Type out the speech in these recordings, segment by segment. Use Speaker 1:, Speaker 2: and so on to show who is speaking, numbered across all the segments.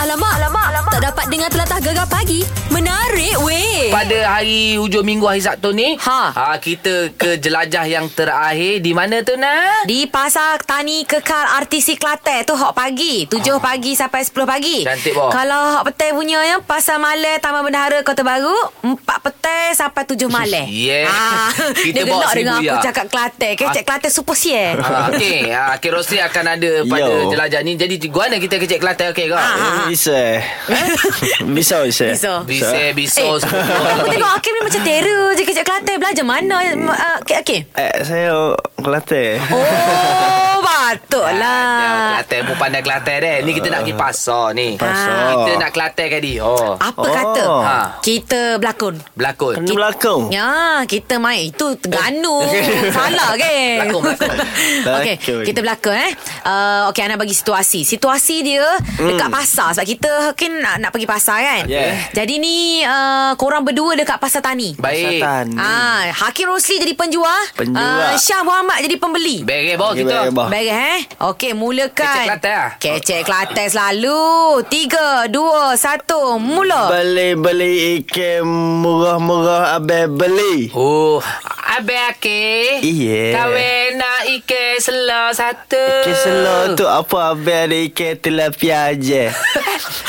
Speaker 1: Alamak, alamak, alamak. Tak dapat dengar telatah gegar pagi. Menarik weh.
Speaker 2: Pada hari hujung minggu hari Sabtu ni
Speaker 1: Ha.
Speaker 2: ha Kita ke jelajah yang terakhir Di mana tu nak?
Speaker 1: Di Pasar Tani Kekar RTC Kelate tu hok pagi. 7 oh. pagi sampai 10 pagi.
Speaker 2: Ah. Cantik, boh.
Speaker 1: Kalau hok petai punya ya, Pasar Malai Taman Bendahara Kota Baru, 4 petai sampai 7 Malai.
Speaker 2: Yeah.
Speaker 1: Ah,
Speaker 2: Kita
Speaker 1: dia
Speaker 2: bawa
Speaker 1: gelak dengan
Speaker 2: seribu,
Speaker 1: aku
Speaker 2: ya.
Speaker 1: cakap Kelate. Kecek
Speaker 2: Ah.
Speaker 1: Kelate super sial.
Speaker 2: Ha, okay, ha, okay Rosli akan ada pada
Speaker 3: Yo.
Speaker 2: jelajah ni Jadi guana kita kecek Kelantan okay kau?
Speaker 1: Ha, ha.
Speaker 3: Eh, Bisa Bisa Bisa
Speaker 1: Bisa.
Speaker 2: Ah. Bisa, bisa
Speaker 1: Eh,
Speaker 2: semua.
Speaker 1: aku tengok Hakim ni macam terror je kecek Kelate. Belajar mana? Uh, Hakim?
Speaker 3: Eh, saya Kelantan
Speaker 1: Oh, patutlah.
Speaker 2: Ya, Kelantan pun pandai Kelantan deh Ni kita nak pergi pasar ni
Speaker 3: Pasar.
Speaker 2: Kita nak Kelantan kan dia oh.
Speaker 1: Apa
Speaker 3: Oh.
Speaker 1: kata?
Speaker 2: Ha.
Speaker 1: Kita berlakon.
Speaker 2: Berlakon
Speaker 3: Kena belakang
Speaker 1: Ya, kita main itu Terengganu.
Speaker 3: Oh.
Speaker 1: Salah ke?
Speaker 2: Berlakon, berlakon.
Speaker 1: Okey,
Speaker 3: Berlakon.
Speaker 1: kita berlakon eh. Uh, okey, Ana bagi situasi. Situasi dia dekat pasar sebab kita kan nak, nak pergi pasar kan.
Speaker 3: Mm. Yeah.
Speaker 1: Jadi ni uh, korang berdua dekat pasar tani.
Speaker 2: Baik
Speaker 3: Satan
Speaker 1: Ah, Hakim Rosli jadi penjual,
Speaker 3: Penjual. oh.
Speaker 1: Ah, Syah Muhammad jadi pembeli.
Speaker 2: Beres bawah
Speaker 3: Okey,
Speaker 2: eh, kita
Speaker 3: beres, bawah.
Speaker 1: Baik eh Okey
Speaker 2: Kecek
Speaker 1: mulakan
Speaker 2: Kelantan lah.
Speaker 1: Kecek
Speaker 3: Oh.
Speaker 1: Kelantan selalu Tiga Dua Satu Mula
Speaker 3: Beli-beli ikan murah-murah Abang beli
Speaker 2: Oh, abang ke?
Speaker 3: Iya.
Speaker 2: Kawin nak ikan selo satu.
Speaker 3: Ikan selok tu apa Abang ada ikan tilapia aja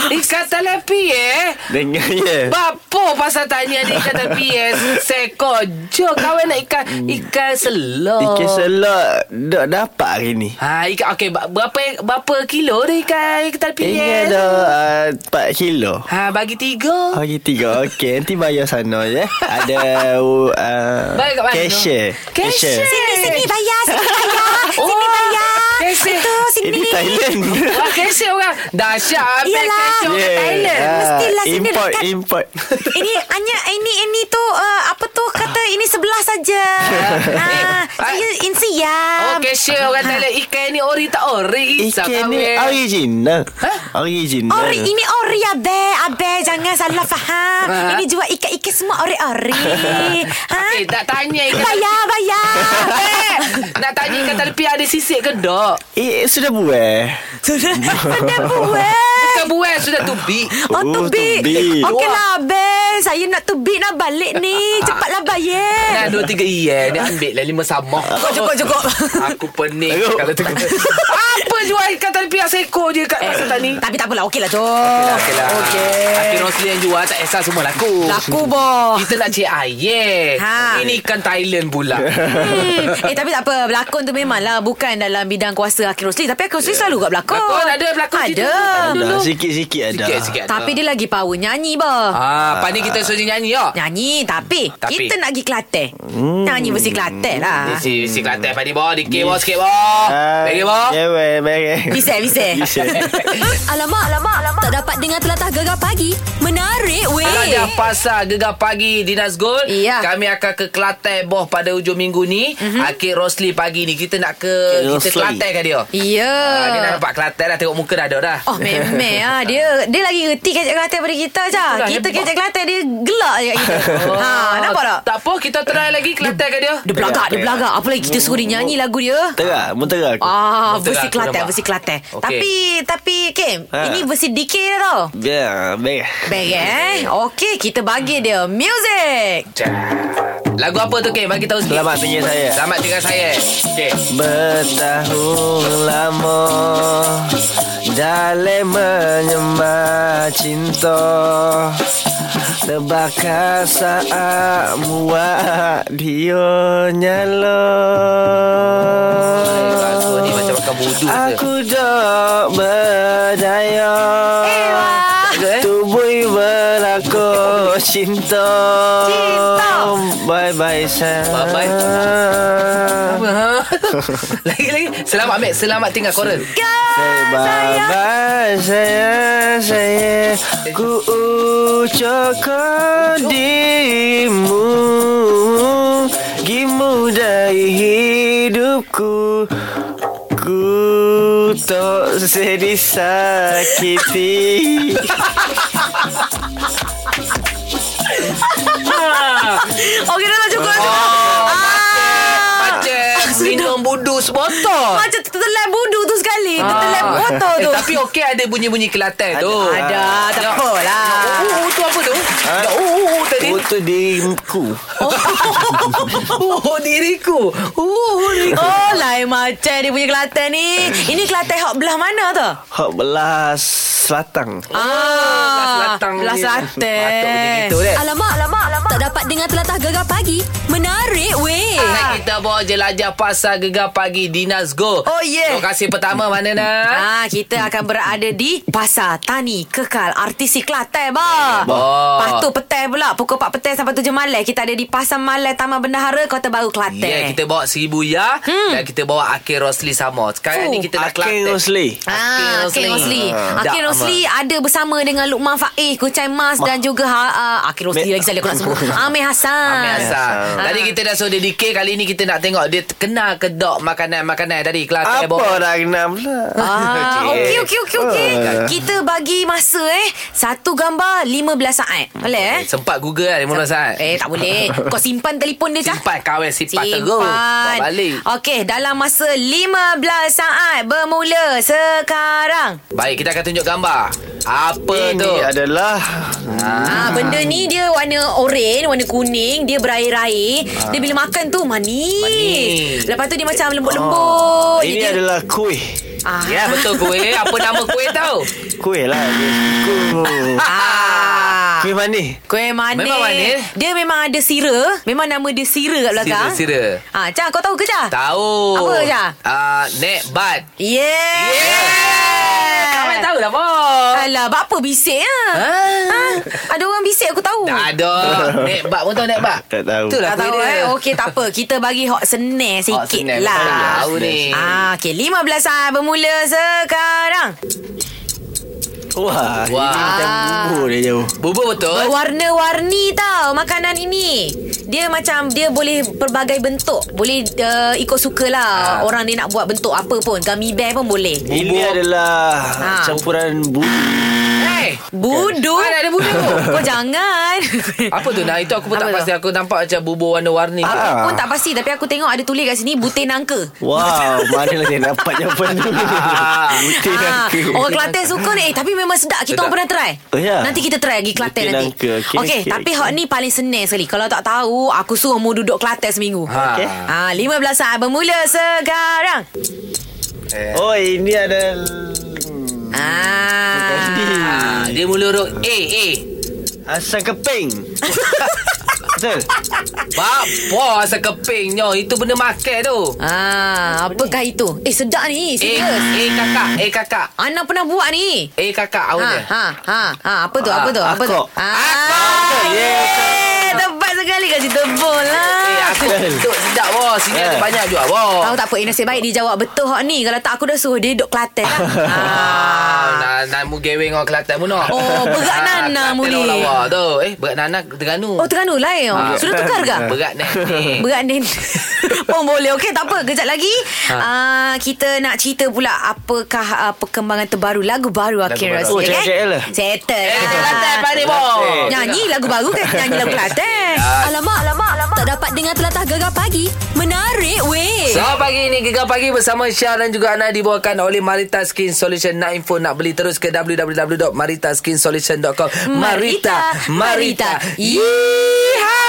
Speaker 2: Ikan telepi eh.
Speaker 3: Dengar ya
Speaker 2: Bapo pasal tanya ni ikan telepi eh. Seko je kawin nak ikan ikan selo.
Speaker 3: Hmm. Ikan selok Tak dapat hari ni
Speaker 2: Ha, ikan okey ba- berapa berapa kilo dah ikan ikan telepi
Speaker 3: Ingat
Speaker 2: eh?
Speaker 3: dah uh, 4 kilo
Speaker 2: Ha, bagi tiga.
Speaker 3: Hari tiga Okey Nanti bayar sana ya Ada uh,
Speaker 2: Bayar kat mana?
Speaker 3: Cashier
Speaker 2: Cashier.
Speaker 1: Sini sini bayar Sini bayar
Speaker 2: Oh,
Speaker 1: Sini bayar
Speaker 2: kesek.
Speaker 1: Itu
Speaker 3: Ini
Speaker 1: sini
Speaker 3: Thailand
Speaker 2: Wah, kesek orang. Dahsyat. abang
Speaker 1: Iyalah.
Speaker 2: Kesek orang
Speaker 1: Yeah.
Speaker 2: Thailand.
Speaker 3: Ah,
Speaker 1: Mestilah sini
Speaker 3: Import
Speaker 1: dekat-
Speaker 3: Import
Speaker 1: Ini hanya Ini ini tu uh, Apa tu kata Ini sebelah saja Ah, Saya
Speaker 2: Oh,
Speaker 1: insiam
Speaker 2: kesek orang Thailand. Ikan ni ori tak eh. ori. Isap
Speaker 3: Ikan Eh, ni
Speaker 2: kawin.
Speaker 3: original
Speaker 2: Hah?
Speaker 3: Original
Speaker 1: Ori ini ori abe abe jangan salah faham.
Speaker 2: Ah.
Speaker 1: Ini jual ikan-ikan semua ori-ori. ha?
Speaker 2: Eh, tak tanya ikan
Speaker 1: Bayar bayar.
Speaker 2: Eh, nak tanya kata tepi ada sisik ke tak?
Speaker 3: Eh sudah buat
Speaker 1: Sudah sudah buat.
Speaker 2: Bukan buai sudah tubi.
Speaker 1: Oh,
Speaker 3: Oh,
Speaker 1: tubik.
Speaker 3: tubik.
Speaker 1: Okeylah, Abel. Saya nak tubik nak balik ni. Cepatlah
Speaker 2: Nah,
Speaker 1: bayar.
Speaker 2: dua tiga iya. Dia ambil lah lima sama.
Speaker 1: cukup.
Speaker 2: Aku pening
Speaker 3: Teruk.
Speaker 2: kalau tengok. Apa jual ikan tepi seko je kat pasar tani?
Speaker 1: Tapi tak apalah, okeylah, Cok.
Speaker 2: Okeylah. Akhir Rosli yang jual tak kisah semua laku.
Speaker 1: Laku, boh.
Speaker 2: Kita nak cik air.
Speaker 1: Ha.
Speaker 2: Ini ikan Thailand pula.
Speaker 1: Hmm. Eh tapi tak apa Berlakon tu memanglah Bukan dalam bidang kuasa Akhil Rosli Tapi Akhil Rosli selalu kat berlakon
Speaker 2: Ya. Berlakon, ada berlakon situ.
Speaker 1: Ada
Speaker 3: Dah sikit-sikit ada
Speaker 2: Sikit-sikit.
Speaker 1: Tapi dia lagi power nyanyi bah
Speaker 2: Ah, pandai kita suruh dia nyanyi ya.
Speaker 1: Nyanyi tapi,
Speaker 2: Tapi.
Speaker 1: Kita nak pergi Kelantan hmm. Nyanyi versi Kelantan lah
Speaker 2: Si si Kelantan pandai boh, dikit boh, sikit boh.
Speaker 3: Ah,
Speaker 2: Bagi boh.
Speaker 3: Ya weh Bagi
Speaker 1: Bisa bisa alamak, alamak Alamak Tak dapat dengar telatah gegar pagi Menarik weh
Speaker 2: Raja Pasar Gegar Pagi di Nazgul
Speaker 1: Eh. Iya. Mhm.
Speaker 2: Kami akan ke Kelantan Boh pada hujung minggu ni mm-hmm. Akhir Rosli pagi ni Kita nak ke
Speaker 3: Ke
Speaker 2: Kita
Speaker 3: Rosli.
Speaker 2: Kelantan kan dia
Speaker 1: Ya
Speaker 2: Ah, Dia dah nampak Kelantan dah Tengok muka dah ada dah
Speaker 1: Oh memang ah dia dia lagi reti kecek Kelantan daripada kita je.
Speaker 2: Itulah,
Speaker 1: Kita
Speaker 2: dia- Oh,
Speaker 1: kecek Kelantan dia gelak je kat kita. ha, nampak tak?
Speaker 2: Tak apa kita try lagi Kelantan kan dia
Speaker 1: Dia belagak, dia
Speaker 3: Tengok.
Speaker 1: belagak. Apa lagi kita suruh dia nyanyi lagu dia?
Speaker 3: Terah Muntera aku
Speaker 1: Ah,
Speaker 2: Betul lah,
Speaker 1: versi
Speaker 2: aku
Speaker 1: Kelantan,
Speaker 2: nampak.
Speaker 1: versi Kelantan.
Speaker 2: Okey.
Speaker 1: Tapi tapi Kim,
Speaker 3: Ha.
Speaker 1: ini versi DK dia tau.
Speaker 3: Biar Bagi
Speaker 1: Baik eh? Okey, kita bagi dia music.
Speaker 2: Cek. Lagu apa tu Kim? Bagi tahu sikit
Speaker 3: Selamat tinggal saya.
Speaker 2: Selamat tinggal saya Okay
Speaker 3: Bertahun lama Dalam menyembah cinta Terbakar saat muak Dia nyala
Speaker 2: Lagu ni macam makan budu
Speaker 3: Aku tak berdaya
Speaker 1: Ewa.
Speaker 3: Tubuh berlaku cinta
Speaker 1: Cinta.
Speaker 3: Bye-bye sayang Bye-bye
Speaker 2: Lagi-lagi Selamat Mek Selamat tinggal koral
Speaker 3: Say bye bye sayang sayang Ku ucapkan dirimu Gimu dari hidupku Ku tak sedih sakiti
Speaker 1: Okey, dah lah, cukup. cukup.
Speaker 2: Oh,
Speaker 1: Ah.
Speaker 2: Macam Minum budu sebotol
Speaker 1: Macam tertelan budu tu sekali Tertelan motor
Speaker 2: eh,
Speaker 1: tu
Speaker 2: Tapi okey ada bunyi-bunyi Kelantan tu
Speaker 1: Ada, tak
Speaker 2: Ya.
Speaker 1: apalah.
Speaker 2: Ya, Oh oh, tu apa tu Ya, Oh oh, oh tadi
Speaker 3: lah. Ha? Oh tu diriku
Speaker 2: Oh oh, diriku Oh oh, diriku
Speaker 1: Oh lain macam dia punya Kelantan ni Ini Kelantan hok belah mana tu?
Speaker 3: Hak belah Selatang
Speaker 1: Ah,
Speaker 2: Selatan
Speaker 1: Belah
Speaker 2: ni. Patut bunyi
Speaker 1: Selatan
Speaker 2: gitu, dek.
Speaker 4: Alamak, alamak, alamak. Tak dapat dengar telatah gegar pagi. Menarik, weh.
Speaker 1: Ah.
Speaker 2: Nah, kita bawa jelajah pasar gegar pagi di Nazgo.
Speaker 1: Oh, yeah.
Speaker 2: Lokasi pertama mana nak?
Speaker 1: Ah, kita akan berada di Pasar Tani Kekal Artisi Kelantan ba.
Speaker 2: Bah.
Speaker 1: Patu petang pula pukul 4 petang sampai 7 malam kita ada di Pasar Malai Taman Bendahara Kota Baru Kelantan.
Speaker 2: Ya, yeah, kita bawa Seribu Ya hmm. dan kita bawa Akhil Rosli sama. Sekarang
Speaker 1: Fuh,
Speaker 2: ni kita dah
Speaker 3: Akhil Oh, Rosli
Speaker 1: Ah, Akhil Rosli. Akhil
Speaker 2: Dah,
Speaker 1: Rosli ada bersama dengan Lukman Faiz, Kucai Mas dan juga ha, uh, Akhil Rosli
Speaker 3: Me-
Speaker 1: lagi saya aku nak sebut. Amir Hassan.
Speaker 2: Amir Hassan.
Speaker 3: Hassan.
Speaker 2: Tadi kita dah suruh dia dikir. Kali ni kita nak tengok dia kenal ke dok makanan-makanan tadi. Kelantan
Speaker 3: Apa lah?
Speaker 2: bawa.
Speaker 3: dah kenal pula
Speaker 1: Ah, okey okey okey okey.
Speaker 3: Ah.
Speaker 1: Kita bagi masa eh. Satu gambar 15 saat. Boleh eh?
Speaker 2: Sempat Google lah 15 saat.
Speaker 1: Eh tak boleh Kau simpan telefon dia cah
Speaker 2: Simpan kawan simpan, simpan. terus. Bawa balik.
Speaker 1: Okey Dalam masa 15 saat Bermula sekarang
Speaker 2: Baik, kita akan tunjuk gambar. Apa
Speaker 3: Ini
Speaker 2: tu?
Speaker 3: adalah
Speaker 1: ah. Benda ni dia warna oren Warna kuning Dia berair-air Dia bila makan tu manis,
Speaker 2: Manis.
Speaker 1: Lepas tu dia macam lembut-lembut
Speaker 3: Oh, Ini
Speaker 1: dia,
Speaker 3: adalah kuih
Speaker 1: ah.
Speaker 2: Ya, betul kuih. Apa nama kuih tau?
Speaker 3: Kuih lah Kuih
Speaker 1: ah.
Speaker 3: Kuih manis
Speaker 1: Kuih manis.
Speaker 2: Memang manis.
Speaker 1: Dia memang ada sira. Memang nama dia sira kat belakang.
Speaker 2: Sira, sira.
Speaker 1: Ha, Cah, kau tahu ke Cah?
Speaker 2: Tahu.
Speaker 1: Apa, Jah?
Speaker 2: Ah, nek bat.
Speaker 1: Yeah. yeah.
Speaker 2: Kawan tahu lah, Bo.
Speaker 1: Alah, buat apa bisik ya? Ha? Ada orang bisik aku tahu.
Speaker 2: Tak ada. Nek bat pun tahu nek bat.
Speaker 3: Tak tahu.
Speaker 2: Itulah
Speaker 1: tak tahu eh. Okey, tak apa. Kita bagi hot senar sikit
Speaker 2: Hot senar,
Speaker 1: lah.
Speaker 2: betul. Tahu ni.
Speaker 1: Ah, okey, 15 saat bermula sekarang.
Speaker 3: Wah,
Speaker 2: Wah.
Speaker 3: Wah. Ini macam bubur dia jauh
Speaker 2: Bubur betul.
Speaker 1: Berwarna-warni tau makanan ini. Dia macam dia boleh pelbagai bentuk. Boleh uh, ikut sukalah
Speaker 3: Ah.
Speaker 1: ha. orang dia nak buat bentuk apa pun. Gummy bear pun boleh.
Speaker 3: Ini adalah
Speaker 1: Ha.
Speaker 3: campuran bubur
Speaker 2: Hey.
Speaker 1: Budu.
Speaker 2: Mana ada budu?
Speaker 1: Kau jangan.
Speaker 2: Apa tu nah? Itu aku
Speaker 1: Apa
Speaker 2: pun tak
Speaker 1: tu?
Speaker 2: pasti. Aku nampak macam bubur warna-warni.
Speaker 1: Aku
Speaker 3: Ah.
Speaker 1: pun tak pasti tapi aku tengok ada tulis kat sini butir nangka.
Speaker 3: Wow, mana lah saya dapat jawapan tu Butir
Speaker 1: Ah,
Speaker 3: nangka
Speaker 1: orang Kelantan suka ni eh, Tapi memang sedap Kita
Speaker 2: Sedap.
Speaker 1: orang pernah try
Speaker 3: Oh, ya?
Speaker 1: Nanti kita try lagi Kelantan
Speaker 3: Butir
Speaker 1: nanti
Speaker 3: nangka. Okey,
Speaker 1: okay,
Speaker 3: okey,
Speaker 1: Tapi
Speaker 3: okey.
Speaker 1: hot ni paling senang sekali Kalau tak tahu Aku suruh mu duduk Kelantan seminggu
Speaker 2: Ha.
Speaker 3: Okey.
Speaker 1: Ah, 15 saat bermula sekarang
Speaker 3: Oh, ini ada
Speaker 1: Ah,
Speaker 2: Ah, dia mula eh. huruf A A.
Speaker 3: Asam keping Betul?
Speaker 2: Bapa asal kepingnya. Itu benda makan tu.
Speaker 1: ah Apakah itu Eh sedap ni
Speaker 2: A
Speaker 1: Serius
Speaker 2: A eh, kakak, A kakak.
Speaker 1: Ana pernah buat ni
Speaker 2: A Eh, kakak
Speaker 1: Ha,
Speaker 2: awalnya.
Speaker 1: ha, ha, ha, apa tu, apa tu, apa tu?
Speaker 3: akok.
Speaker 1: Ah, yeah, tepat sekali kasi tebul lah.
Speaker 2: Eh, aku duduk sedap bos. Sini
Speaker 3: Eh.
Speaker 2: ada banyak juga bos.
Speaker 1: Tahu tak apa eh, nasib baik dia jawab betul hak ni. Kalau tak aku dah suruh dia duduk Kelantan.
Speaker 2: Ah,
Speaker 1: ah.
Speaker 2: nah, nah, mu geweng orang Kelantan pun nak.
Speaker 1: Oh, berat Nana mu ni.
Speaker 2: Kelantan orang lawa tu. Eh, berat Nana Terengganu.
Speaker 1: Oh Terengganu lain.
Speaker 2: Ah.
Speaker 1: Oh. Sudah tukar ke?
Speaker 2: Berat ni. Eh.
Speaker 1: Berat ni Pun boleh Okey tak apa Kejap lagi ha. uh, Kita nak cerita pula Apakah uh, Perkembangan terbaru Lagu baru kan? Akhir
Speaker 2: baru.
Speaker 1: Rosli
Speaker 3: Oh, cakap KL lah.
Speaker 1: Settle
Speaker 2: Eh,
Speaker 1: lah.
Speaker 2: Kelantan pari bos.
Speaker 1: Nyanyi lagu baru kan Nyanyi lagu Kelantan
Speaker 4: Alamak, alamak, alamak. Tak dapat dengar telatah gegar pagi. Menarik, weh.
Speaker 2: So pagi ini Gegar Pagi bersama Syah dan juga Ana dibawakan oleh Marita Skin Solution. Nak info nak beli terus ke www.maritaskinsolution.com. Marita,
Speaker 1: Marita,
Speaker 2: Marita.
Speaker 1: Marita.
Speaker 2: Yeeha!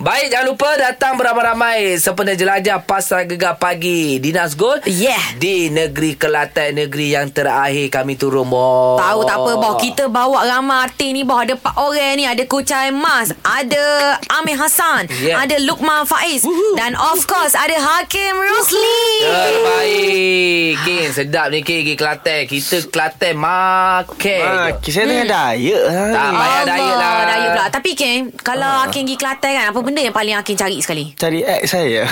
Speaker 2: Baik jangan lupa datang beramai-ramai sempena jelajah Pasar Gegar Pagi di Nazgul.
Speaker 1: Yeah.
Speaker 2: Di negeri Kelantan, negeri yang terakhir kami turun boh.
Speaker 1: Tahu tak apa boh Kita bawa ramai artis ni boh Ada Pak Oren ni Ada Kucai Mas Ada Amir Hassan
Speaker 2: Yeah.
Speaker 1: Ada Lukman Faiz Dan of course Ada Hakim Rosli
Speaker 2: Terbaik King sedap ni King Pergi Kelantan Kita Kelantan
Speaker 1: Eh.
Speaker 2: makan
Speaker 3: Ah, saya
Speaker 1: Hmm.
Speaker 3: tengah diet lah
Speaker 2: Tak
Speaker 3: ni.
Speaker 2: payah daya
Speaker 1: Allah,
Speaker 2: lah Ah.
Speaker 1: Daya pula Tapi Kim Kalau Hakim pergi Kelantan kan Apa benda yang paling Hakim cari sekali
Speaker 3: Cari ex saya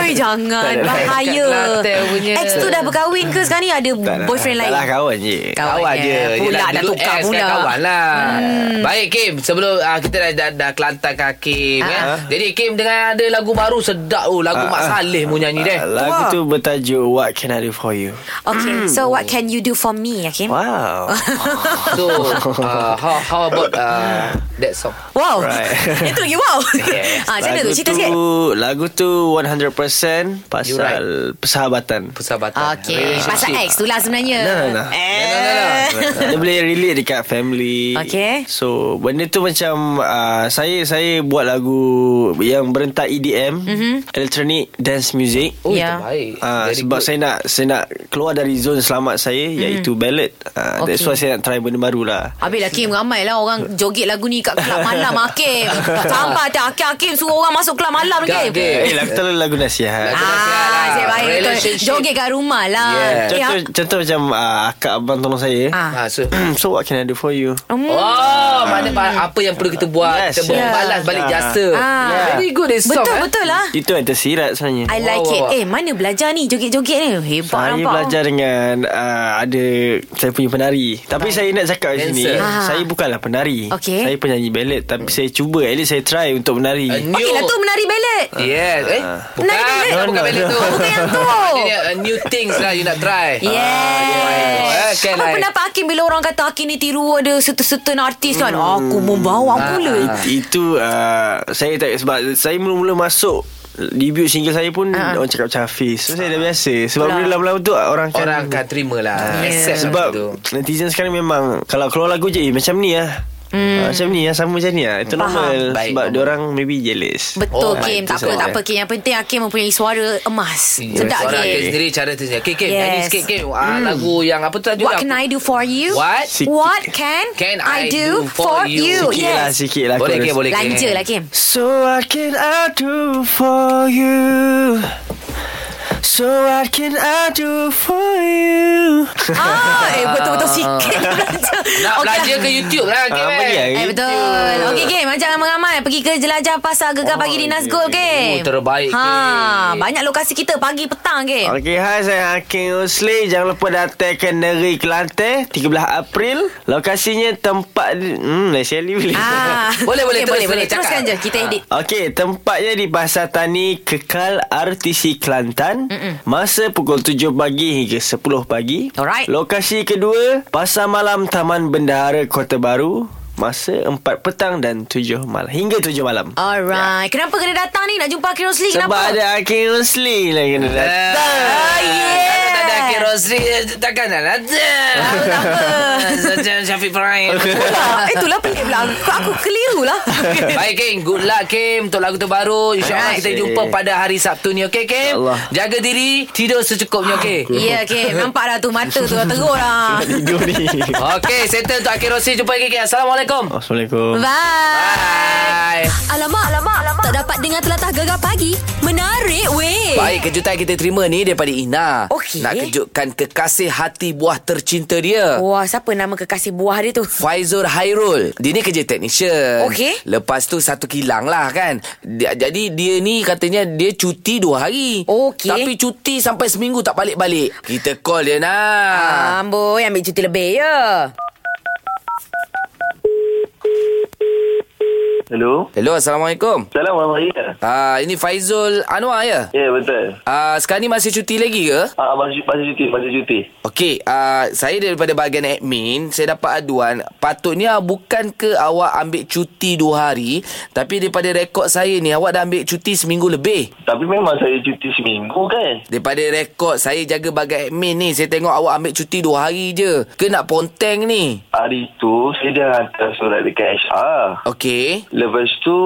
Speaker 1: Oi jangan
Speaker 3: Tak ada lain.
Speaker 1: Bahaya
Speaker 2: Kat Kelantan punya.
Speaker 1: Ex tu dah berkahwin ke sekarang ni Ada
Speaker 3: Tak lah.
Speaker 1: boyfriend
Speaker 3: Tak
Speaker 1: lain
Speaker 3: lah kawan je
Speaker 1: Kawan
Speaker 2: Kawan
Speaker 1: je.
Speaker 2: je
Speaker 1: Pula
Speaker 2: Yelah,
Speaker 1: dah
Speaker 2: dulu
Speaker 1: tukar
Speaker 2: ex kan
Speaker 1: pula. Hmm.
Speaker 2: Kawan lah Baik Kim Sebelum ah, kita dah, dah, dah Kelantan ke Hakim kan?
Speaker 1: Ah.
Speaker 2: Jadi Kim dengan ada lagu baru Sedap oh Lagu Mak Saleh mu nyanyi deh
Speaker 3: Ah, Lagu tu bertajuk What Can I Do For You
Speaker 1: Okay
Speaker 2: Hmm.
Speaker 1: so what can you do for me Hakim
Speaker 3: Wow
Speaker 1: Ah,
Speaker 2: So uh, how, how ah, about uh, That song
Speaker 1: Wow
Speaker 3: Right.
Speaker 1: Itu lagi wow
Speaker 2: Yes.
Speaker 1: Ah, macam mana tu?
Speaker 3: Lagu
Speaker 1: Cerita sikit.
Speaker 3: Lagu tu 100% pasal
Speaker 2: right.
Speaker 3: persahabatan.
Speaker 2: Persahabatan.
Speaker 1: Okay.
Speaker 2: Relationship.
Speaker 1: Pasal ex tu lah sebenarnya.
Speaker 3: Nah, nah, nah.
Speaker 1: Eh.
Speaker 2: Nah, nah, nah, nah.
Speaker 3: Dia boleh relate dekat family
Speaker 1: Okay.
Speaker 3: So benda tu macam uh, Saya saya buat lagu Yang berentak EDM
Speaker 1: Mhm.
Speaker 3: mm-hmm. Electronic Dance Music
Speaker 2: Oh,
Speaker 1: Ya.
Speaker 2: terbaik.
Speaker 3: Ah,
Speaker 2: Very
Speaker 3: sebab
Speaker 2: good.
Speaker 3: saya nak saya nak keluar dari zon selamat saya mm. iaitu ballad. Ah, okay. That's
Speaker 1: Mhm. Okay.
Speaker 3: why saya nak try benda baru lah.
Speaker 1: Habis lah Kim ramai lah orang joget lagu ni kat kelab malam Hakim. Sampai tak Hakim, Hakim suruh orang masuk kelab malam
Speaker 2: Tak,
Speaker 1: Hakim.
Speaker 2: Kim.
Speaker 3: Eh, lagu tu lah lagu nasihat.
Speaker 2: Lagu- nasihat lah.
Speaker 1: Ah, saya baik betul.
Speaker 2: Relationship.
Speaker 1: Joget kat rumah lah.
Speaker 2: Yeah.
Speaker 1: Eh,
Speaker 3: Contoh, contoh macam ah, akak abang tolong saya.
Speaker 1: Ah.
Speaker 2: Ah, so,
Speaker 3: Hmm, so what can I do for you?
Speaker 1: Hmm.
Speaker 2: Oh, mana pa- apa yang perlu kita buat?
Speaker 3: Yes,
Speaker 2: kita
Speaker 3: yes.
Speaker 2: balas balik
Speaker 3: Ah.
Speaker 2: jasa.
Speaker 1: Ah.
Speaker 2: Very good this song.
Speaker 1: Betul
Speaker 2: eh.
Speaker 1: betul lah.
Speaker 3: Itu yang tersirat sebenarnya.
Speaker 1: I
Speaker 2: Wah,
Speaker 1: like
Speaker 2: wah,
Speaker 1: it.
Speaker 2: wah.
Speaker 1: Eh, mana belajar ni joget-joget ni? Hebat
Speaker 3: Saya
Speaker 1: nampak.
Speaker 3: belajar dengan uh, ada saya punya penari. Tapi saya nak cakap di sini,
Speaker 2: Dancer.
Speaker 1: Ah.
Speaker 3: saya bukanlah penari.
Speaker 1: Okey.
Speaker 3: Saya penyanyi ballet tapi saya cuba at least saya try untuk menari.
Speaker 2: A new.
Speaker 1: Okey lah tu menari ballet.
Speaker 3: Ah.
Speaker 2: Yes. Eh, bukan.
Speaker 1: Naik balik.
Speaker 2: bukan
Speaker 3: No, no,
Speaker 2: balik
Speaker 3: no.
Speaker 2: tu.
Speaker 1: Bukan yang tu.
Speaker 2: Ini a new things lah you nak try.
Speaker 1: Yes.
Speaker 2: Okay,
Speaker 1: Apa
Speaker 2: like-
Speaker 1: pendapat Hakim bila orang kata Hakim ni tiru ada certain-certain artis kan?
Speaker 2: Hmm.
Speaker 1: Aku
Speaker 2: Ah.
Speaker 1: membawa pula.
Speaker 3: It- Itu uh, saya tak sebab saya mula-mula masuk debut single saya pun
Speaker 1: Ah.
Speaker 3: orang cakap macam Hafiz. So saya dah biasa sebab
Speaker 1: Itulah.
Speaker 3: bila lama-lama tu orang akan
Speaker 2: Ah. Orang akan terima lah.
Speaker 1: Yeah.
Speaker 2: Accept lah
Speaker 3: sebab
Speaker 2: tu.
Speaker 3: netizen sekarang memang kalau keluar lagu je eh, macam ni lah. Hmm. macam ni lah Sama macam ni lah Itu
Speaker 1: Faham.
Speaker 3: normal
Speaker 2: Baik,
Speaker 3: Sebab
Speaker 2: normal.
Speaker 3: diorang maybe jealous
Speaker 1: Betul
Speaker 2: Oh,
Speaker 1: Kim
Speaker 2: baik,
Speaker 1: Tak
Speaker 2: itu
Speaker 1: apa
Speaker 2: saja.
Speaker 1: tak apa Kim Yang penting Hakim mempunyai suara emas Sedap
Speaker 2: Orang akan
Speaker 1: Kim
Speaker 2: sendiri cara tu. Okay, Kim. Nyanyi
Speaker 1: Yes. Hmm.
Speaker 2: sikit, Kim. Ah, Lagu yang apa tu tajuk?
Speaker 1: What can I do for you?
Speaker 2: What?
Speaker 1: What can,
Speaker 2: Can
Speaker 1: I, do, for you?
Speaker 3: Sikit lah
Speaker 1: Yes
Speaker 3: Sikit lah
Speaker 2: Boleh,
Speaker 3: chorus.
Speaker 2: Kim. Boleh, Kim.
Speaker 1: Lanja lah Kim
Speaker 3: So what can I do for you? So what can I do for you?
Speaker 1: Ah, eh betul-betul sikit belajar.
Speaker 2: Nak
Speaker 1: Okey.
Speaker 2: belajar ke YouTube lah, Kim.
Speaker 3: Ah,
Speaker 2: eh.
Speaker 3: pergi lah.
Speaker 1: Eh betul Okey Kim Ajak ramai-ramai Pergi ke jelajah pasar Gegar pagi di Nazgul Kim
Speaker 2: Oh, terbaik,
Speaker 1: ha,
Speaker 2: Kim.
Speaker 1: Banyak lokasi kita Pagi petang Kim
Speaker 3: Okey, hai saya Hakim Usli. Jangan lupa datang ke Negeri Kelantan 13 April. Lokasinya tempat hmm lain sekali boleh.
Speaker 1: Ah. Okey,
Speaker 2: Boleh, boleh, Ya. terus,
Speaker 1: boleh, boleh.
Speaker 2: boleh cakap.
Speaker 1: Teruskan je Kita edit
Speaker 3: Okey, tempatnya di Pasar Tani Kekal RTC Kelantan. Mm-mm. Masa pukul 7 pagi hingga 10 pagi.
Speaker 1: Alright.
Speaker 3: Lokasi kedua, Pasar Malam Taman Bendahara Kota Baru. Masa 4 petang dan 7 malam. Hingga 7 malam.
Speaker 1: Alright Kenapa kena datang ni Nak jumpa Hakim Rosli
Speaker 3: Sebab
Speaker 1: Kenapa
Speaker 3: ada Hakim Usli lah kena datang.
Speaker 2: Ah,
Speaker 1: yeah.
Speaker 2: Tak ada Akhil Rosli eh, Takkan nak datang
Speaker 1: Oh, tak apa.
Speaker 2: Macam Syafiq Farain
Speaker 1: Pula. Eh, Itulah pelik pula Aku, aku keliru lah
Speaker 2: Baik Kim Good luck Kim Untuk lagu terbaru InsyaAllah kita
Speaker 3: Alright.
Speaker 2: jumpa pada hari Sabtu ni Okay Kim
Speaker 3: InsyaAllah.
Speaker 2: Jaga diri Tidur secukupnya Okay
Speaker 1: Ya Kim Nampak dah tu mata tu dah Teruk lah
Speaker 3: Tidur ni.
Speaker 1: Ah,
Speaker 2: Okay settle untuk Akhil Rosli Jumpa lagi Kim Assalamualaikum
Speaker 3: Assalamualaikum.
Speaker 1: Bye
Speaker 2: Bye
Speaker 4: Alamak, alamak, alamak. Tak dapat dengar telatah gegar pagi. Menarik weh.
Speaker 2: Baik, kejutan kita terima ni daripada Ina.
Speaker 1: Okey.
Speaker 2: Nak kejutkan kekasih hati buah tercinta dia.
Speaker 1: Wah Oh, siapa nama kekasih buah dia tu
Speaker 2: Faizul Hairul Dia ni kerja technician
Speaker 1: Okey.
Speaker 2: Lepas tu satu kilang lah kan dia, Jadi dia ni katanya Dia cuti dua hari
Speaker 1: Okey.
Speaker 2: Tapi cuti sampai seminggu tak balik-balik Kita call dia
Speaker 1: Ah.
Speaker 2: nak
Speaker 1: Amboi ambil cuti lebih ya
Speaker 5: Hello.
Speaker 2: Hello Assalamualaikum
Speaker 5: Salam Abang Maria.
Speaker 2: Ah, Ini Faizul Anwar ya
Speaker 5: Ya, yeah, betul.
Speaker 2: Ah, Sekarang ni masih cuti lagi ke?
Speaker 5: Ah, abang cu- masih cuti, masih cuti.
Speaker 2: Okey, uh, saya daripada bahagian admin, saya dapat aduan, patutnya bukan ke awak ambil cuti dua hari, tapi daripada rekod saya ni, awak dah ambil cuti seminggu lebih.
Speaker 5: Tapi memang saya cuti seminggu kan?
Speaker 2: Daripada rekod saya jaga bagai admin ni Saya tengok awak ambil cuti dua hari je Ke nak ponteng ni
Speaker 5: Hari tu, saya dah hantar surat dekat HR.
Speaker 2: Okey
Speaker 5: Lepas tu,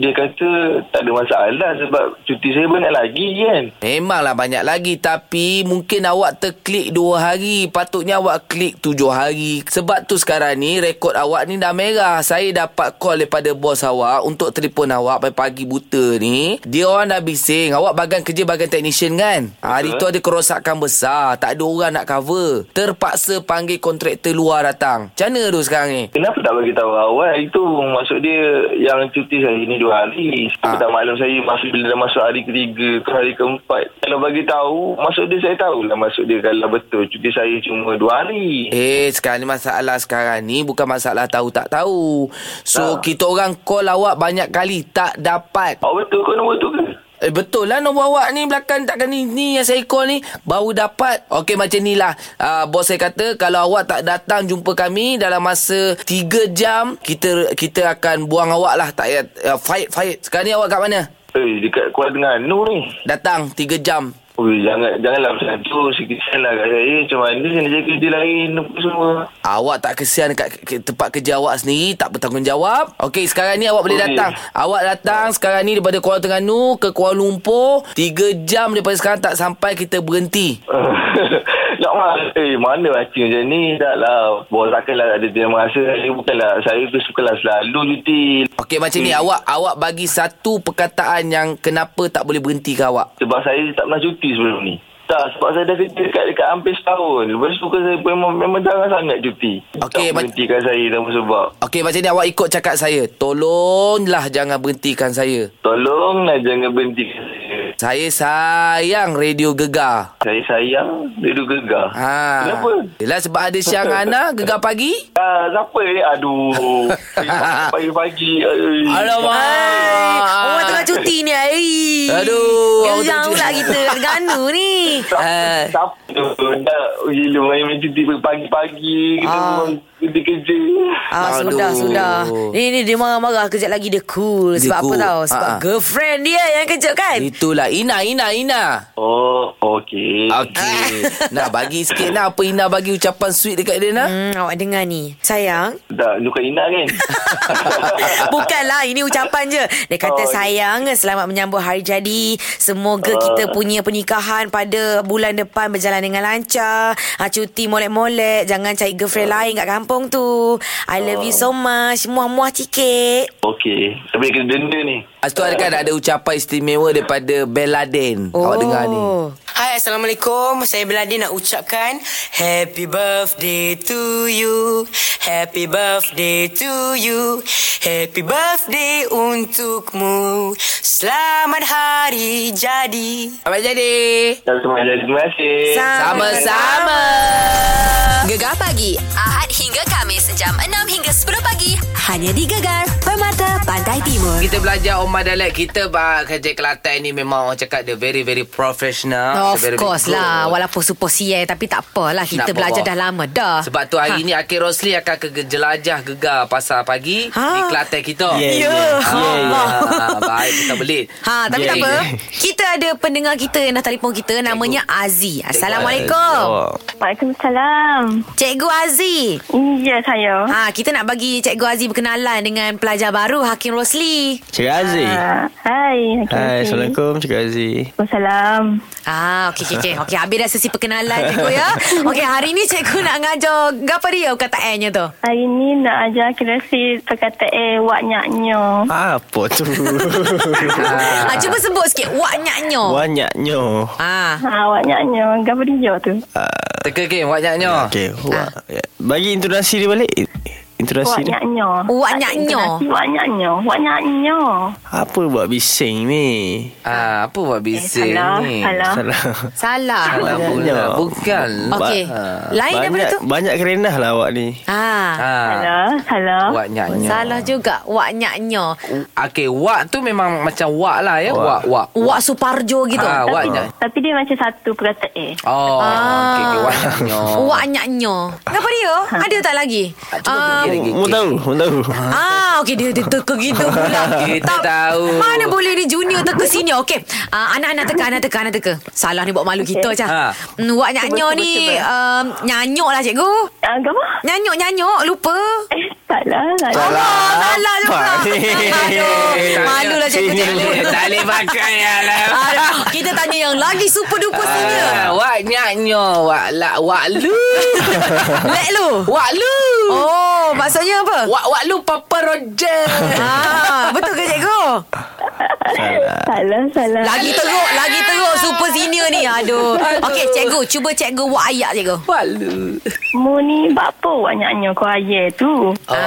Speaker 5: dia kata tak ada masalah lah sebab cuti saya banyak lagi kan?
Speaker 2: Memanglah banyak lagi Tapi mungkin awak terklik dua hari Patutnya awak klik tujuh hari Sebab tu sekarang ni rekod awak ni dah merah Saya dapat call daripada bos awak Untuk telefon awak pagi-pagi buta ni Dia orang dah bising Awak bagan kerja bagan technician kan Hari tu ada kerosakan besar Tak ada orang nak cover Terpaksa panggil kontraktor luar datang Macam mana tu sekarang ni?
Speaker 5: Kenapa tak bagi tahu awal? Itu maksud dia yang cuti saya ni dua hari. Sebab
Speaker 2: Ah.
Speaker 5: tak maklum saya masuk bila dah masuk hari ketiga ke hari keempat. Kalau bagi tahu, maksud dia saya tahulah maksud dia kalau betul cuti saya cuma dua hari.
Speaker 2: Eh, sekarang ni masalah sekarang ni bukan masalah tahu tak tahu. So,
Speaker 5: Tak.
Speaker 2: kita orang call awak banyak kali tak dapat.
Speaker 5: Awak betul kau nombor tu ke?
Speaker 2: Eh betul lah nombor awak ni belakang takkan ni ni yang saya call ni baru dapat. Okey macam ni lah. Uh, bos saya kata kalau awak tak datang jumpa kami dalam masa 3 jam kita kita akan buang awak lah tak payah uh, fight fight. Sekarang ni awak kat mana?
Speaker 5: Eh, dekat Kuala Terengganu ni.
Speaker 2: Datang 3 jam.
Speaker 5: Ui, jangan, janganlah macam tu. Sikit-sikit lah kat saya. Macam mana saya nak cari kerja lain apa semua.
Speaker 2: Ah, Awak tak kesian dekat ke, ke- tempat kerja awak sendiri Tak bertanggungjawab Okey sekarang ni awak boleh
Speaker 5: Boleh.
Speaker 2: datang Awak datang sekarang ni daripada Kuala Terengganu Ke Kuala Lumpur 3 jam daripada sekarang tak sampai kita berhenti
Speaker 5: Nak mah, eh mana macam macam ni tak lah. Bos takkanlah ada dia masa. Saya bukanlah, saya tu sukalah selalu cuti.
Speaker 2: Okey macam ni awak awak bagi satu perkataan yang kenapa tak boleh berhenti ke awak
Speaker 5: Sebab saya tak pernah cuti sebelum ni. Tak, sebab saya dah kerja dekat, dekat hampir setahun. Lepas tu kan saya memang, memang jarang sangat cuti.
Speaker 2: Okey,
Speaker 5: tak
Speaker 2: mac-
Speaker 5: berhentikan saya tanpa sebab.
Speaker 2: Okey macam ni awak ikut cakap saya Tolonglah jangan berhentikan saya
Speaker 5: Tolonglah jangan berhentikan saya.
Speaker 2: Saya sayang radio gegar
Speaker 5: Saya sayang, dia duduk gegar.
Speaker 2: ha.
Speaker 5: Kenapa?
Speaker 2: Yelah sebab ada siang Ana gegar pagi
Speaker 5: Ah, siapa ni? Aduh. Pagi-pagi. aduh.
Speaker 2: Ah. Alamak
Speaker 1: Hai, Orang tengah cuti ni Ai.
Speaker 2: Aduh, orang
Speaker 1: Geram
Speaker 2: tengah
Speaker 1: pula
Speaker 2: cuti.
Speaker 1: kita Ganu ni
Speaker 2: Ah.
Speaker 5: Siapa tu? Nak gila main main cuti pagi-pagi. Kita
Speaker 1: Ah.
Speaker 5: memang kerja-kerja.
Speaker 1: Ah,
Speaker 2: Aduh.
Speaker 1: sudah, sudah. Ni, ni dia marah-marah. Kejap lagi dia cool.
Speaker 2: Dia
Speaker 1: Sebab apa
Speaker 2: cool.
Speaker 1: tau? Sebab
Speaker 2: Ah, ah.
Speaker 1: girlfriend dia yang kejut kan?
Speaker 2: Itulah Ina Ina Ina
Speaker 5: Oh, okey.
Speaker 2: Okey Nak bagi sikit nak Apa Ina bagi ucapan sweet dekat dia nak
Speaker 1: Hmm, awak dengar ni. Sayang.
Speaker 5: Tak, suka Ina kan?
Speaker 1: Bukanlah Ini ucapan je Dia kata
Speaker 5: Oh, ya.
Speaker 1: sayang Selamat menyambut hari jadi Semoga kita punya pernikahan Pada bulan depan Berjalan dengan lancar ha, Cuti molek-molek Jangan cari girlfriend lain Kat kampung tu I love you so much Muah-muah sikit
Speaker 5: Okey. Tapi kena denda ni.
Speaker 2: Lepas tu ada kan ada ucapan istimewa daripada Beladen Awak dengar ni
Speaker 1: Oh.
Speaker 6: Hai, Assalamualaikum. Saya Beladin nak ucapkan Happy birthday to you. Happy birthday to you. Happy birthday untukmu. Selamat hari jadi.
Speaker 2: Apa jadi?
Speaker 5: Terima kasih. Terima kasih.
Speaker 2: Sama-sama
Speaker 4: Gegar pagi Ahad hingga Kamis Jam 6 hingga 10 pagi Hanya di Gegar Permata Pantai Timur
Speaker 2: Kita belajar Omar Dalek Kita bah, kerja Kelantan ni Memang orang cakap Dia very very professional
Speaker 1: Of
Speaker 2: Dia very, very
Speaker 1: course
Speaker 2: good.
Speaker 1: lah Walaupun super siye Tapi tak apalah Kita
Speaker 2: Nak
Speaker 1: belajar
Speaker 2: bawa.
Speaker 1: dah lama dah
Speaker 2: Sebab tu
Speaker 1: Ha.
Speaker 2: hari ni Akhir Rosli akan ke ke- jelajah gegar pasar pagi Di
Speaker 1: Ha.
Speaker 2: Kelantan kita
Speaker 3: Oh. Yeah, yeah. Yeah, yeah.
Speaker 2: Ah, Baik kita belit
Speaker 1: Ha, tapi tak
Speaker 2: Okay.
Speaker 1: apa. Kita ada pendengar kita yang dah telefon kita namanya Aziz. Assalamualaikum.
Speaker 3: Oh.
Speaker 7: Waalaikumsalam.
Speaker 1: Cikgu Aziz.
Speaker 7: Ya, saya.
Speaker 1: Ha, kita nak bagi Cikgu Aziz berkenalan dengan pelajar baru Hakim Rosli.
Speaker 3: Cik Aziz.
Speaker 7: Ah, Hai. Hakim
Speaker 3: Hai,
Speaker 7: Afiq.
Speaker 3: Assalamualaikum Cik Aziz.
Speaker 7: Waalaikumsalam.
Speaker 1: Ah, okey okey okey. Okey, habis dah sesi perkenalan cikgu ya. Okey, hari ni cikgu nak ngajar apa dia perkataannya tu?
Speaker 7: Hari ni nak ajar kirasi perkataan eh, waknyaknya.
Speaker 3: Apa tu?
Speaker 1: Ah, cuba sebut sikit waknyanyo.
Speaker 3: Banyaknya.
Speaker 1: Ah.
Speaker 7: Ha, waknyaknya. Gapa dia tu?
Speaker 2: Eh,
Speaker 3: Ah,
Speaker 2: Teka Kim Waknyanyo
Speaker 3: Okey.
Speaker 1: Ah.
Speaker 3: wak- ya. Bagi intonasi dia balik. Intonasi dia.
Speaker 7: Waknyaknya.
Speaker 1: Waknyaknya.
Speaker 7: Waknyaknya. Waknyaknya.
Speaker 3: Apa buat bising ni?
Speaker 2: Ah, apa buat
Speaker 7: Eh,
Speaker 2: bising
Speaker 7: salah.
Speaker 1: Ah.
Speaker 2: ni?
Speaker 7: Salah.
Speaker 3: Salah.
Speaker 1: Salah.
Speaker 2: Salah pula.
Speaker 3: Banyak.
Speaker 2: Bukan.
Speaker 1: Okey. Lain daripada
Speaker 3: ah, Banyak
Speaker 1: tu.
Speaker 3: banyak kerenah lah awak ni.
Speaker 1: Ah.
Speaker 2: Ha.
Speaker 7: Salah. Salah.
Speaker 2: Wak nyanyo.
Speaker 1: Salah juga waknyanyo.
Speaker 2: Okey, wak tu memang macam wak lah ya. Wak, wak.
Speaker 1: Wak Suparjo gitu.
Speaker 2: Ah, wak
Speaker 7: Tapi,
Speaker 2: nyanyo.
Speaker 7: tapi dia macam satu perkataan. eh.
Speaker 2: Oh, okey,
Speaker 1: Ah.
Speaker 2: okey, wak nyanyo.
Speaker 1: Wak nyanyo. Kenapa dia?
Speaker 7: Ah.
Speaker 1: Ada tak lagi?
Speaker 2: Cuba
Speaker 1: Ah,
Speaker 2: fikir lagi,
Speaker 3: Mu
Speaker 2: Kim.
Speaker 3: tahu, mu tahu.
Speaker 1: Ah, okey dia dia teka gitu pula.
Speaker 2: Kita tahu.
Speaker 1: Mana boleh ni junior teka senior. Okey. Ah, anak-anak teka, anak teka, anak teka. Salah ni buat malu kita okay. cah.
Speaker 2: Ha.
Speaker 1: Hmm, wak nyanyo
Speaker 7: Cuba, cuba,
Speaker 1: ni
Speaker 7: cuba.
Speaker 1: um, nyanyuk lah cikgu.
Speaker 7: Ah, Gapa?
Speaker 1: Nyanyuk nyanyuk lupa.
Speaker 7: Eh, salah.
Speaker 2: lah.
Speaker 7: Salah.
Speaker 1: Oh, salah juga.
Speaker 3: Apa ni?
Speaker 1: Aduh, malu lah cikgu
Speaker 2: Eh, Tak
Speaker 1: cikgu.
Speaker 2: boleh- Tak boleh pakai lah.
Speaker 1: Aduh, kita tanya yang lagi super duper senior.
Speaker 2: Ah, Wak nyanyo, wak la, wak lu.
Speaker 1: Lek lu.
Speaker 2: Wak lu.
Speaker 1: Oh, maksudnya apa?
Speaker 2: Wak wak lu Papa Roger.
Speaker 1: Ah, betul ke cikgu?
Speaker 7: Salah. Salah.
Speaker 1: Lagi teruk Lagi teruk Super senior ni Aduh Okey cikgu Cuba cikgu buat ayat cikgu
Speaker 2: Wak lu.
Speaker 7: Mu ni bakpo waknyaknya kau ayah
Speaker 2: Oh.
Speaker 7: tu.
Speaker 1: Ah.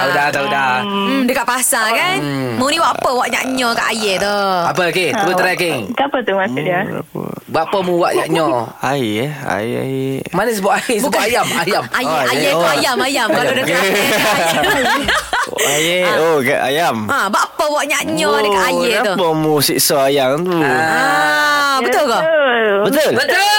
Speaker 2: Tahu Ah, dah, tahu dah.
Speaker 1: Hmm, dekat pasar kan hmm. Mu ni buat apa Buat nyanyo kat ayat tu
Speaker 2: Apa okey?
Speaker 1: Ah.
Speaker 2: Cuba try King. Hmm.
Speaker 7: Gapa Ah, tu maksud dia?
Speaker 2: Berapa mu wak yaknyo?
Speaker 3: Air eh, air air.
Speaker 2: Mana sebut Ah, air? Sebut ayam, ayam.
Speaker 1: Ayat,
Speaker 3: Oh,
Speaker 1: ayat
Speaker 3: ayat.
Speaker 1: tu
Speaker 3: Oh.
Speaker 1: ayam, ayam Kalau dekat ayat
Speaker 3: Ayam. Oh, kat ayam.
Speaker 1: Ha, bapa awak nyanyo oh, Ah. dekat
Speaker 3: Oh,
Speaker 1: air tu.
Speaker 3: Kenapa mu siksa ayam tu?
Speaker 1: Ah, betul ke?
Speaker 3: Betul?
Speaker 2: Betul.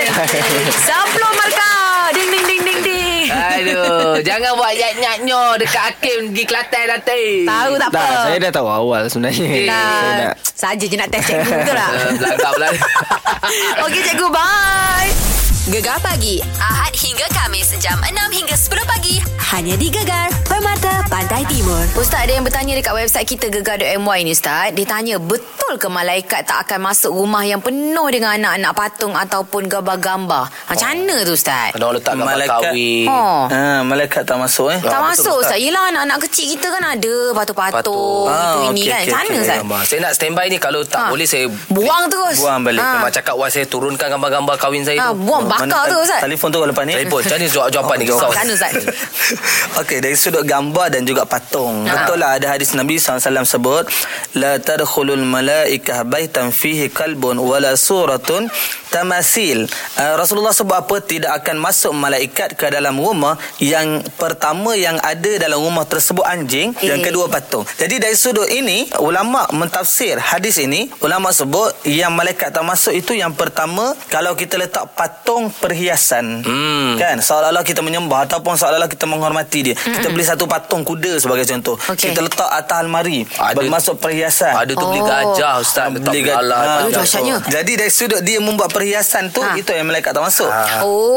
Speaker 1: Sablon markah. Ding ding ding ding ding.
Speaker 2: Aduh, jangan buat yat-yatnya dekat Hakim pergi Kelantan nanti.
Speaker 1: Tahu tak apa.
Speaker 3: Tak, saya dah tahu awal sebenarnya. Saya
Speaker 1: Dah.
Speaker 3: nak-
Speaker 1: Saja je nak test cikgu lah. betul tak?
Speaker 2: Eh, Belagak pula.
Speaker 1: Okey cikgu, bye.
Speaker 4: Gegar pagi Ahad hingga Kamis Jam 6 hingga 10 pagi Hanya di Gegar Permata Pantai Timur
Speaker 8: Ustaz ada yang bertanya dekat website kita gegar.my ni Ustaz. Dia tanya betul ke malaikat tak akan masuk rumah yang penuh dengan anak-anak patung ataupun gambar-gambar? Macam mana tu Ustaz?
Speaker 2: Kena orang letak gambar
Speaker 6: Malaikat.
Speaker 2: kahwin.
Speaker 8: Oh.
Speaker 6: Ha, malaikat tak masuk eh.
Speaker 8: Tak
Speaker 2: Ah, betul,
Speaker 8: masuk Ustaz. Yelah anak-anak kecil kita kan ada patung-patung
Speaker 6: Patung.
Speaker 8: itu
Speaker 6: Ah,
Speaker 8: ini
Speaker 6: okey,
Speaker 8: kan.
Speaker 6: okey,
Speaker 8: Macam mana
Speaker 6: okey,
Speaker 8: Ustaz?
Speaker 2: Gambar. Saya nak standby ni kalau tak
Speaker 8: Ha.
Speaker 2: boleh saya
Speaker 8: Buang terus.
Speaker 6: Buang balik.
Speaker 8: Ha.
Speaker 2: Memang cakap wah saya turunkan gambar-gambar kahwin saya
Speaker 8: Ha,
Speaker 2: tu.
Speaker 8: buang bakar
Speaker 6: Mana-
Speaker 8: tu Ustaz.
Speaker 6: Telefon tu lepas ni.
Speaker 2: Telefon macam ni jawab jawapan ni kisah.
Speaker 8: Kat mana Ustaz?
Speaker 6: Okey, dari sudut gambar dan juga patung.
Speaker 8: Ya.
Speaker 6: Ha. Betul lah ada hadis Nabi SAW sebut, La tadkhulul malaikah baitan fihi kalbun wala suratun tamasil. Uh, Rasulullah sebut apa? Tidak akan masuk malaikat ke dalam rumah yang pertama yang ada dalam rumah tersebut anjing, eh. yang kedua patung. Jadi dari sudut ini, ulama mentafsir hadis ini, ulama sebut yang malaikat tak masuk itu yang pertama kalau kita letak patung perhiasan.
Speaker 2: Hmm.
Speaker 6: Kan seolah-olah kita menyembah ataupun seolah-olah kita menghormati dia. Mm-mm. Kita beli satu patung kuda sebagai contoh.
Speaker 8: Okey.
Speaker 6: Kita letak atas almari
Speaker 2: Ada-
Speaker 6: bermasuk perhiasan.
Speaker 2: Ada tu beli
Speaker 8: Oh.
Speaker 2: gajah ustaz letak
Speaker 6: Beli
Speaker 2: beli
Speaker 6: gajah.
Speaker 2: gajah. Ha.
Speaker 8: Aduh, dahsyatnya.
Speaker 6: Ah, Jadi dari sudut dia membuat perhiasan tu
Speaker 8: Ha.
Speaker 6: itu yang malaikat tak masuk.
Speaker 2: Ah.
Speaker 6: Ha.
Speaker 8: Oh.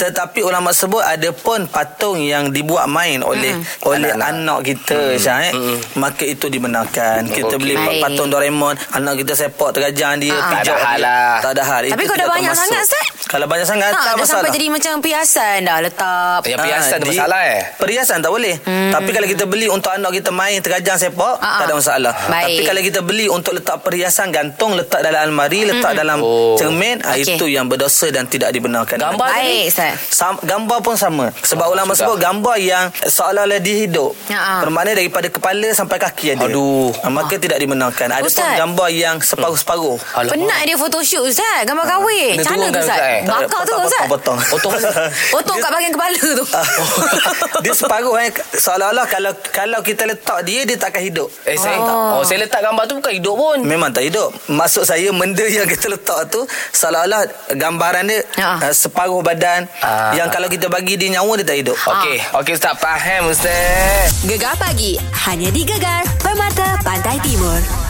Speaker 6: tetapi ulama sebut ada pun patung yang dibuat main oleh mm. oleh anak, anak kita mm. Syah eh. Mm. Maka itu dibenarkan. Kita okay. beli
Speaker 8: Baik.
Speaker 6: patung Doraemon, anak kita sepak terajang dia,
Speaker 8: Ha.
Speaker 2: Tak ada
Speaker 6: pijak dia.
Speaker 2: hal lah.
Speaker 6: Tak ada hal.
Speaker 8: Tapi
Speaker 6: Itu
Speaker 8: kalau dah
Speaker 6: tidak
Speaker 8: banyak
Speaker 6: termasuk.
Speaker 8: sangat, Ustaz?
Speaker 6: Kalau banyak sangat
Speaker 8: Ha,
Speaker 6: tak
Speaker 8: dah
Speaker 6: masalah. Ya,
Speaker 8: sampai jadi macam piasan dah letak.
Speaker 2: Yang perhiasan tu
Speaker 6: di-
Speaker 2: masalah eh.
Speaker 6: Ah, Perhiasan tak boleh. Hmm. Tapi kalau kita beli untuk anak kita main terajang sepak,
Speaker 8: Ah,
Speaker 6: tak ada
Speaker 8: ah.
Speaker 6: masalah.
Speaker 8: Baik.
Speaker 6: Tapi kalau kita beli untuk letak perhiasan gantung, letak dalam almari, letak dalam
Speaker 2: Oh.
Speaker 6: cermin, ah,
Speaker 8: Hmm. Okey.
Speaker 6: itu yang berdosa dan tidak dibenarkan.
Speaker 2: Gambar
Speaker 8: Baik Ustaz.
Speaker 6: Sam, gambar pun sama Sebab ulama
Speaker 2: sudah.
Speaker 6: sebut Gambar yang Seolah-olah dia hidup
Speaker 8: Ya, ah.
Speaker 6: Bermakna daripada kepala Sampai kaki ada
Speaker 2: Aduh.
Speaker 6: Ah, Maka tidak dibenarkan Ada pun
Speaker 8: Ustaz.
Speaker 6: gambar yang Separuh-separuh
Speaker 8: Penat dia photoshoot Ustaz. Gambar kahwin.
Speaker 2: Kena
Speaker 8: Macam mana
Speaker 2: turunkan,
Speaker 8: tu Ustaz?
Speaker 2: Ustaz, eh?
Speaker 8: Bakar tu Ustaz.
Speaker 6: Potong
Speaker 2: Potong.
Speaker 8: Potong kat bahagian kepala tu.
Speaker 6: Ah. dia separuh eh seolah-olah kalau kalau kita letak dia dia takkan hidup.
Speaker 2: Eh saya
Speaker 8: Ah.
Speaker 2: oh. oh saya letak gambar tu bukan hidup pun.
Speaker 6: Memang tak hidup. Maksud saya benda yang kita letak tu seolah-olah gambaran dia
Speaker 8: Ya.
Speaker 6: uh, separuh badan
Speaker 2: Ah.
Speaker 6: yang kalau kita bagi dia nyawa dia tak hidup.
Speaker 8: Ah.
Speaker 2: Okey, okey ustaz faham ustaz.
Speaker 4: Gegar pagi Hanya di Gegar Permata Pantai Timur